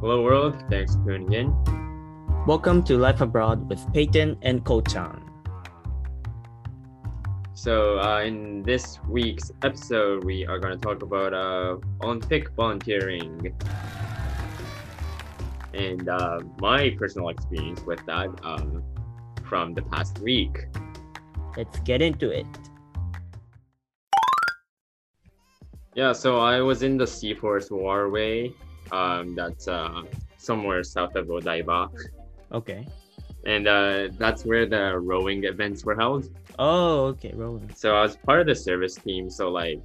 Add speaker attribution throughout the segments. Speaker 1: Hello, world. Thanks for tuning in.
Speaker 2: Welcome to Life Abroad with Peyton and Kochan.
Speaker 1: So, uh, in this week's episode, we are going to talk about uh, Olympic volunteering and uh, my personal experience with that um, from the past week.
Speaker 2: Let's get into it.
Speaker 1: Yeah, so I was in the Seaforth Waterway. Um, that's uh, somewhere south of Odaiba,
Speaker 2: Okay.
Speaker 1: and uh, that's where the rowing events were held.
Speaker 2: Oh, okay, Roland.
Speaker 1: So I was part of the service team. So like,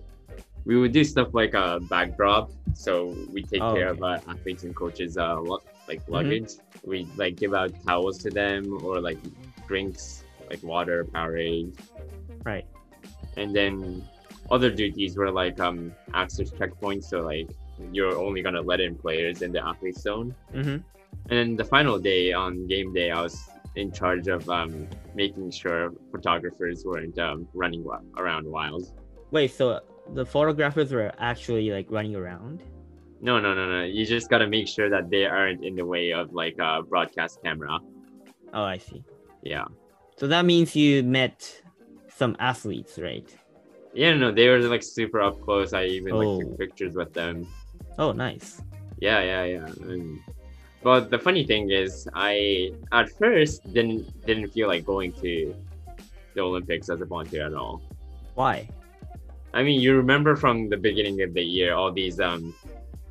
Speaker 1: we would do stuff like a backdrop. So we take
Speaker 2: Oh,
Speaker 1: care
Speaker 2: okay. Mm-hmm.
Speaker 1: of uh, athletes and coaches' uh, lu- like luggage. We like give out towels to them or like drinks, like water, Powerade,
Speaker 2: Right.
Speaker 1: and then other duties were like um access checkpoints. So like you're only gonna let in players in the athlete zone.
Speaker 2: Mm-hmm.
Speaker 1: And the final day on game day, I was in charge of um, making sure photographers weren't um, running wa- around wild.
Speaker 2: Wait, so the photographers were actually like running around?
Speaker 1: No, no, no, no. You just gotta make sure that they aren't in the way of like a broadcast camera.
Speaker 2: Oh, I see.
Speaker 1: Yeah.
Speaker 2: So that means you met some athletes, right?
Speaker 1: Yeah, no, they were like super up close. I even like
Speaker 2: Oh.
Speaker 1: took pictures with them.
Speaker 2: Oh, nice.
Speaker 1: Yeah, yeah, yeah. And, but the funny thing is, I at first didn't didn't feel like going to the Olympics as a volunteer at all.
Speaker 2: Why?
Speaker 1: I mean, you remember from the beginning of the year all these um,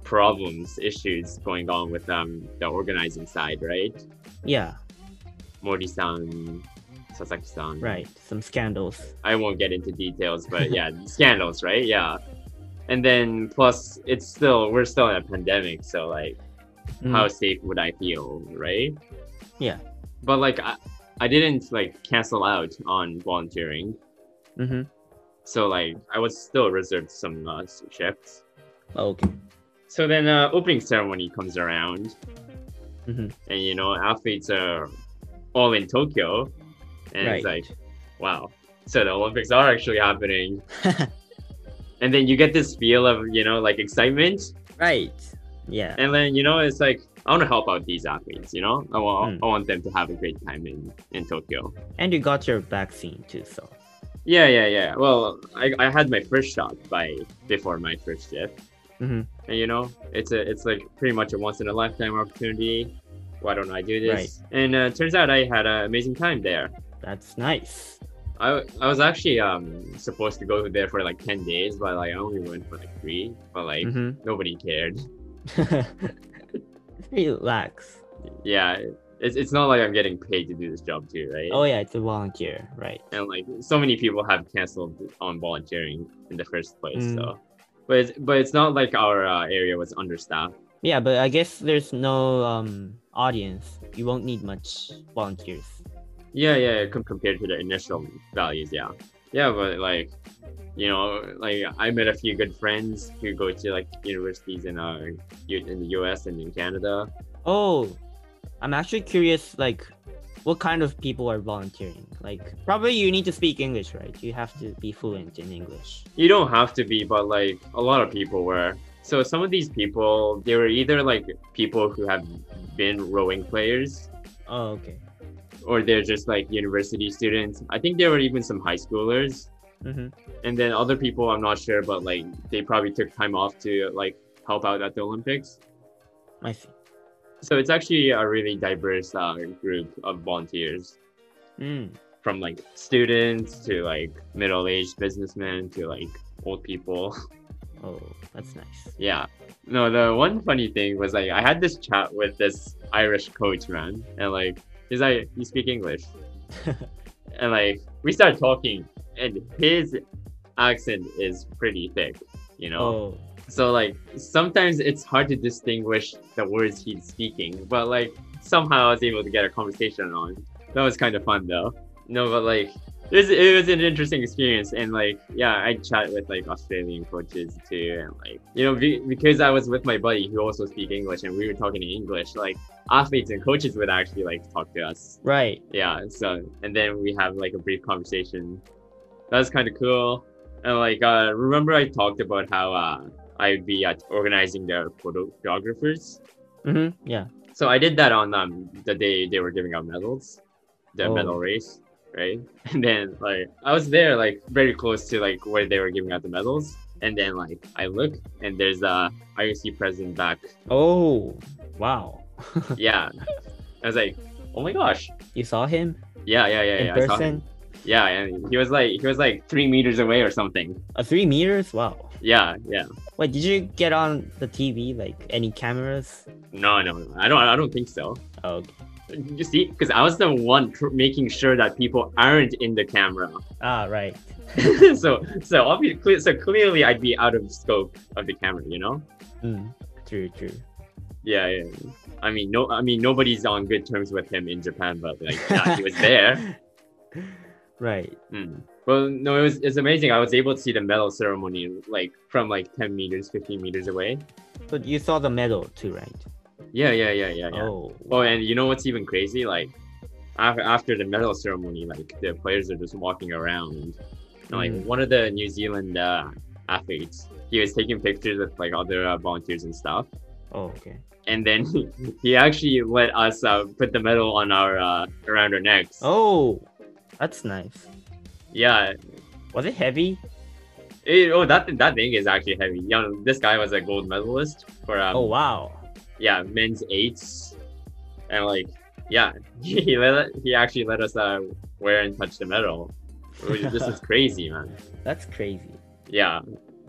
Speaker 1: problems, issues going on with um, the organizing side, right?
Speaker 2: Yeah,
Speaker 1: Mori-san, Sasaki-san.
Speaker 2: right. Some scandals.
Speaker 1: I won't get into details, but yeah, scandals, right? Yeah. And then plus, it's still we're still in a pandemic, so like,
Speaker 2: Mm,
Speaker 1: how safe would I feel, right?
Speaker 2: Yeah.
Speaker 1: But like, I, I didn't like cancel out on volunteering,
Speaker 2: mhm.
Speaker 1: so like, I was still reserved some uh, shifts.
Speaker 2: Oh, Okay.
Speaker 1: So then, uh, opening ceremony comes around,
Speaker 2: Mhm.
Speaker 1: and you know, athletes are all in Tokyo, and
Speaker 2: right.
Speaker 1: it's like, wow. So the Olympics are actually happening. and then you get this feel of you know like excitement
Speaker 2: right. Yeah.
Speaker 1: and then you know it's like i want to help out these athletes you know i want,
Speaker 2: Mm.
Speaker 1: I want them to have a great time in in tokyo
Speaker 2: And you got your vaccine too, so.
Speaker 1: yeah yeah yeah well i, I had my first shot by before my first shift
Speaker 2: Mhm.
Speaker 1: and you know it's a it's like pretty much a once in a lifetime opportunity why don't i do this and uh, turns out i had an amazing time there
Speaker 2: That's nice.
Speaker 1: I, I was actually um supposed to go there for like 10 days but like i only went for like three but like
Speaker 2: Mm-hmm.
Speaker 1: nobody cared
Speaker 2: Relax.
Speaker 1: yeah it's, it's not like i'm getting paid to do this job too right
Speaker 2: Oh yeah, it's a volunteer, right?
Speaker 1: and like so many people have canceled on volunteering in the first place
Speaker 2: Mm.
Speaker 1: so but it's, but it's not like our uh, area was understaffed
Speaker 2: Yeah, but I guess there's no um audience. You won't need much volunteers.
Speaker 1: yeah yeah com- compared to the initial values yeah yeah but like you know like i met a few good friends who go to like universities in uh U- in the us and in canada
Speaker 2: Oh, I'm actually curious like what kind of people are volunteering? Like probably you need to speak English, right? You have to be fluent in English.
Speaker 1: you don't have to be but like a lot of people were so some of these people they were either like people who have been rowing players
Speaker 2: Oh, okay.
Speaker 1: or they're just like university students. I think there were even some high schoolers,
Speaker 2: Mm-hmm.
Speaker 1: and then other people I'm not sure, but like they probably took time off to like help out at the Olympics.
Speaker 2: I see.
Speaker 1: So it's actually a really diverse uh, group of volunteers,
Speaker 2: Mm.
Speaker 1: from like students to like middle-aged businessmen to like old people.
Speaker 2: Oh, that's nice.
Speaker 1: yeah. No, the one funny thing was like I had this chat with this Irish coach man, and like he's like, "You speak English." and like we start talking and his accent is pretty thick you know
Speaker 2: Oh,
Speaker 1: so like sometimes it's hard to distinguish the words he's speaking but like somehow i was able to get a conversation on that was kind of fun though no but like this it was an interesting experience and like yeah i chat with like australian coaches too and like you know be, because i was with my buddy who also speak english and we were talking in english like athletes and coaches would actually like talk to us
Speaker 2: right.
Speaker 1: yeah so and then we have like a brief conversation that was kind of cool and like uh remember i talked about how uh i'd be at organizing the uh, photographers
Speaker 2: hmm Yeah.
Speaker 1: So I did that on um the day they were giving out medals, the
Speaker 2: Oh.
Speaker 1: medal race, right? And then like I was there like very close to like where they were giving out the medals, and then like I look and there's a IOC president back.
Speaker 2: Oh, wow.
Speaker 1: yeah, I was like, oh my gosh.
Speaker 2: You saw him
Speaker 1: Yeah, yeah, yeah,
Speaker 2: in
Speaker 1: yeah. I saw him.
Speaker 2: person?
Speaker 1: Yeah, and he was like he was like three meters away or something.
Speaker 2: Uh, three meters? Wow.
Speaker 1: Yeah, yeah.
Speaker 2: Wait, did you get on the TV? Like any cameras?
Speaker 1: No, no, no. I don't. I don't think so.
Speaker 2: Oh, okay.
Speaker 1: You see, because I was the one tr- making sure that people aren't in the camera.
Speaker 2: ah, right.
Speaker 1: so, so obviously, so clearly, I'd be out of scope of the camera. You know? Hmm.
Speaker 2: Mm, true, true.
Speaker 1: Yeah, yeah. yeah. I mean, no. I mean, nobody's on good terms with him in Japan, but like, yeah, he was there.
Speaker 2: Right.
Speaker 1: Mm. Well, no, it was it's amazing. I was able to see the medal ceremony like from like ten meters, fifteen meters away.
Speaker 2: But you saw the medal too, right?
Speaker 1: Yeah, yeah, yeah, yeah, yeah.
Speaker 2: Oh.
Speaker 1: Oh, and you know what's even crazy? Like, after, after the medal ceremony, like the players are just walking around. And, like
Speaker 2: Mm.
Speaker 1: one of the New Zealand uh, athletes, he was taking pictures with like other uh, volunteers and stuff.
Speaker 2: Oh, okay.
Speaker 1: And then he, he actually let us uh, put the medal on our uh, around our necks.
Speaker 2: Oh, that's nice.
Speaker 1: Yeah.
Speaker 2: Was it heavy?
Speaker 1: It- oh, that thi- that thing is actually heavy. You know, this guy was a gold medalist for um,
Speaker 2: oh wow.
Speaker 1: yeah men's eights, and like yeah, he let he actually let us uh, wear and touch the medal. Which is- this is crazy, man.
Speaker 2: That's crazy.
Speaker 1: Yeah,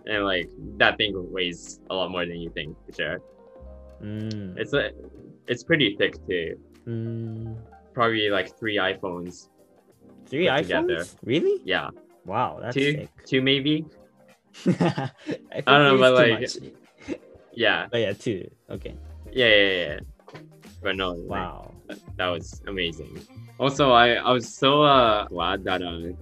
Speaker 1: and like that thing weighs a lot more than you think for sure.
Speaker 2: Mm.
Speaker 1: It's a, it's pretty thick too.
Speaker 2: Mm.
Speaker 1: Probably like three iPhones.
Speaker 2: Three
Speaker 1: put together.
Speaker 2: iPhones? Really?
Speaker 1: Yeah,
Speaker 2: Wow, that's
Speaker 1: two,
Speaker 2: sick.
Speaker 1: two maybe.
Speaker 2: I, think
Speaker 1: I don't know,
Speaker 2: three
Speaker 1: but,
Speaker 2: is too much.
Speaker 1: Yeah,
Speaker 2: But yeah, two. Okay.
Speaker 1: yeah, yeah, yeah. yeah. But no, like,
Speaker 2: Wow.
Speaker 1: that was amazing. Also, I, I was so uh, glad that uh,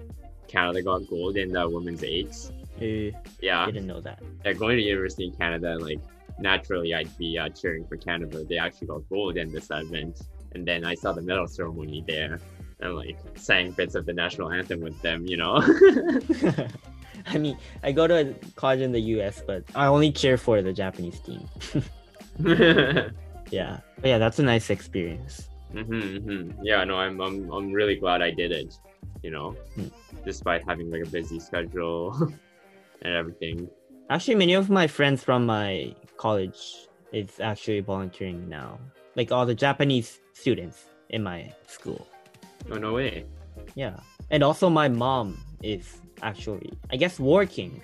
Speaker 1: Canada got gold in the women's eights.
Speaker 2: Eh,
Speaker 1: Yeah,
Speaker 2: didn't know that.
Speaker 1: yeah, going to university in Canada, like naturally, I'd be uh, cheering for Canada. They actually got gold in this event, and then I saw the medal ceremony there, and like sang bits of the national anthem with them. You know?
Speaker 2: I mean, I go to a college in the US, but I only cheer for the Japanese team.
Speaker 1: hmm
Speaker 2: Yeah. But yeah, that's a nice experience.
Speaker 1: hmm Yeah, no, I'm, I'm I'm really glad I did it. You know,
Speaker 2: Hmm.
Speaker 1: despite having like a busy schedule and everything.
Speaker 2: Actually, many of my friends from my college is actually volunteering now. Like all the Japanese students in my school.
Speaker 1: Oh no way.
Speaker 2: Yeah. And also my mom is actually, I guess, working.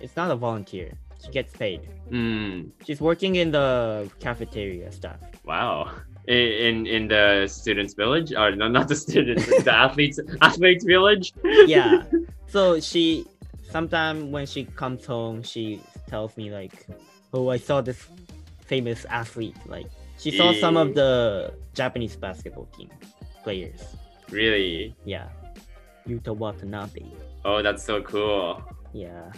Speaker 2: It's not a volunteer. She gets paid.
Speaker 1: Mm.
Speaker 2: She's working in the cafeteria stuff.
Speaker 1: Wow. I- In in the students' village, or no, not the students, the athletes athletes' village.
Speaker 2: Yeah. so she sometime when she comes home, she tells me like, "Oh, I saw this famous athlete. Like, she saw some
Speaker 1: Eh.
Speaker 2: of the Japanese basketball team players.
Speaker 1: Really?
Speaker 2: Yeah, Yuta Watanabe.
Speaker 1: Oh, that's so cool.
Speaker 2: Yeah.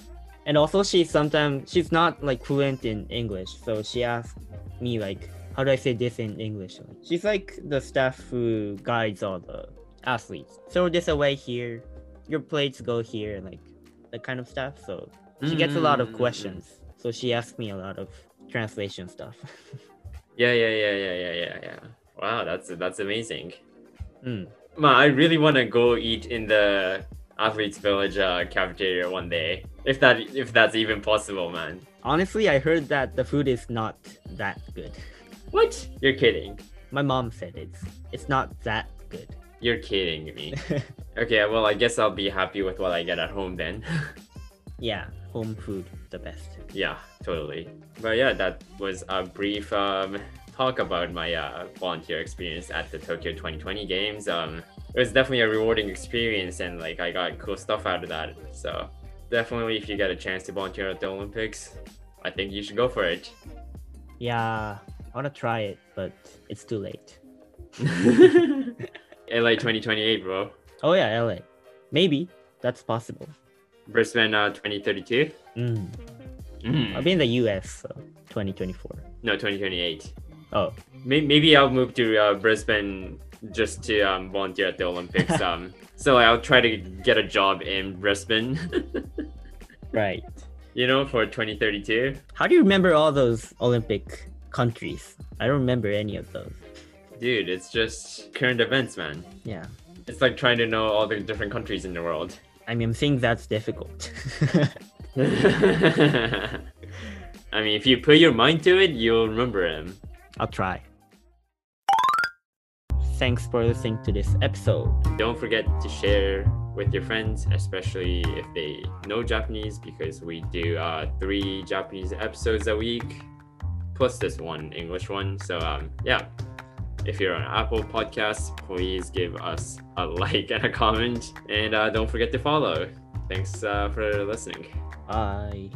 Speaker 2: And also she sometimes she's not like fluent in English, so she asked me like how do I say this in English? Like, She's like the staff who guides all the athletes. Throw this away here, your plates go here, and like that kind of stuff. So she gets a lot of
Speaker 1: Mm.
Speaker 2: questions. So she asked me a lot of translation stuff.
Speaker 1: Mm. Yeah, yeah, yeah, yeah, yeah, yeah, yeah. Wow, that's that's amazing.
Speaker 2: Mm.
Speaker 1: Man, I really want to go eat in the athletes' village uh, cafeteria one day, if that if that's even possible, man.
Speaker 2: Honestly, I heard that the food is not that good.
Speaker 1: What? You're kidding.
Speaker 2: My mom said it's it's not that good.
Speaker 1: You're kidding me. okay, well, I guess I'll be happy with what I get at home then.
Speaker 2: Yeah, home food the best.
Speaker 1: Yeah, totally. But yeah, that was a brief um, talk about my uh, volunteer experience at the Tokyo 2020 Games. Um, it was definitely a rewarding experience, and like I got cool stuff out of that. So definitely, if you get a chance to volunteer at the Olympics, I think you should go for it.
Speaker 2: Yeah, I want to try it, but it's too late.
Speaker 1: LA 2028, bro.
Speaker 2: Oh yeah, LA. Maybe that's possible.
Speaker 1: Brisbane uh, 2032.
Speaker 2: Mm. I'll
Speaker 1: Mm.
Speaker 2: be in the US, so 2024.
Speaker 1: No, 2028.
Speaker 2: Oh,
Speaker 1: May- Maybe I'll move to uh, Brisbane just to um, volunteer at the Olympics. um, so I'll try to get a job in Brisbane,
Speaker 2: right.
Speaker 1: you know, for 2032.
Speaker 2: How do you remember all those Olympic countries. I don't remember any of those.
Speaker 1: Dude, it's just current events, man.
Speaker 2: Yeah.
Speaker 1: It's like trying to know all the different countries in the world.
Speaker 2: I mean, I'm saying that's difficult.
Speaker 1: I mean, if you put your mind to it, you'll remember him.
Speaker 2: I'll try. Thanks for listening to this episode.
Speaker 1: Don't forget to share with your friends, especially if they know Japanese, because we do uh, three Japanese episodes a week, plus this one English one. So, um, yeah, if you're on Apple Podcasts, please give us a like and a comment, and uh, don't forget to follow. Thanks uh, for listening.
Speaker 2: Bye.